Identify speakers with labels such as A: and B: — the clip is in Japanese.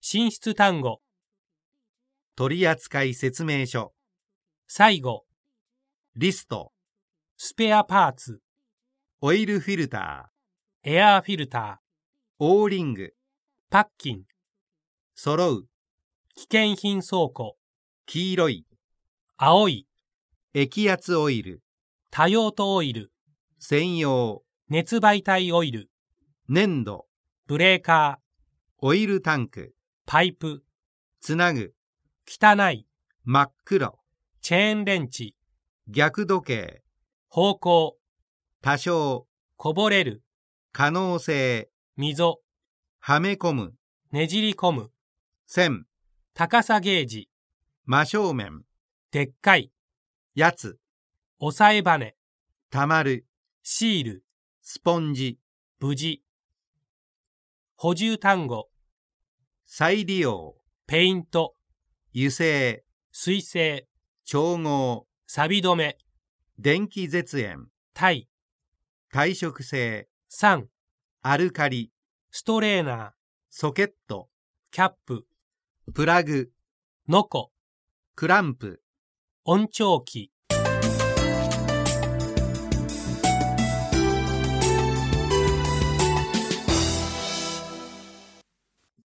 A: 進出単語、
B: 取扱説明書、
A: 最後、
B: リスト、
A: スペアパーツ、
B: オイルフィルター、
A: エアーフィルタ
B: オーリング、
A: ー、パッキン、
B: 揃う、
A: 危険品倉庫、
B: 黄色い、
A: 青い、
B: 液圧オイル、
A: 多用途オイル、
B: 専用、
A: 熱媒体オイル、
B: 粘土、
A: ブレーカ
B: オイルタンク、
A: ー、パイプ、
B: つなぐ、
A: 汚い、
B: 真っ黒、
A: チェーンレンチ、
B: 逆時計、
A: 方向、
B: 多少、
A: こぼれる、
B: 可能性、
A: 溝、
B: はめ込む、
A: ねじり込む、
B: 線、
A: 高さゲージ、
B: 真正面、
A: でっかい、
B: やつ、
A: 押さえバネ、
B: たまる、
A: シール、
B: スポンジ、
A: 無事。補充単語、
B: 再利用、
A: ペイント、
B: 油性、
A: 水性、
B: 調合、
A: 錆止め、
B: 電気絶縁、
A: 対、
B: 耐食性、
A: 酸、
B: アルカリ、
A: ストレーナー、
B: ソケット、
A: キャップ、
B: プラグ、
A: ノコ、
B: クランプ。
A: 音聴器。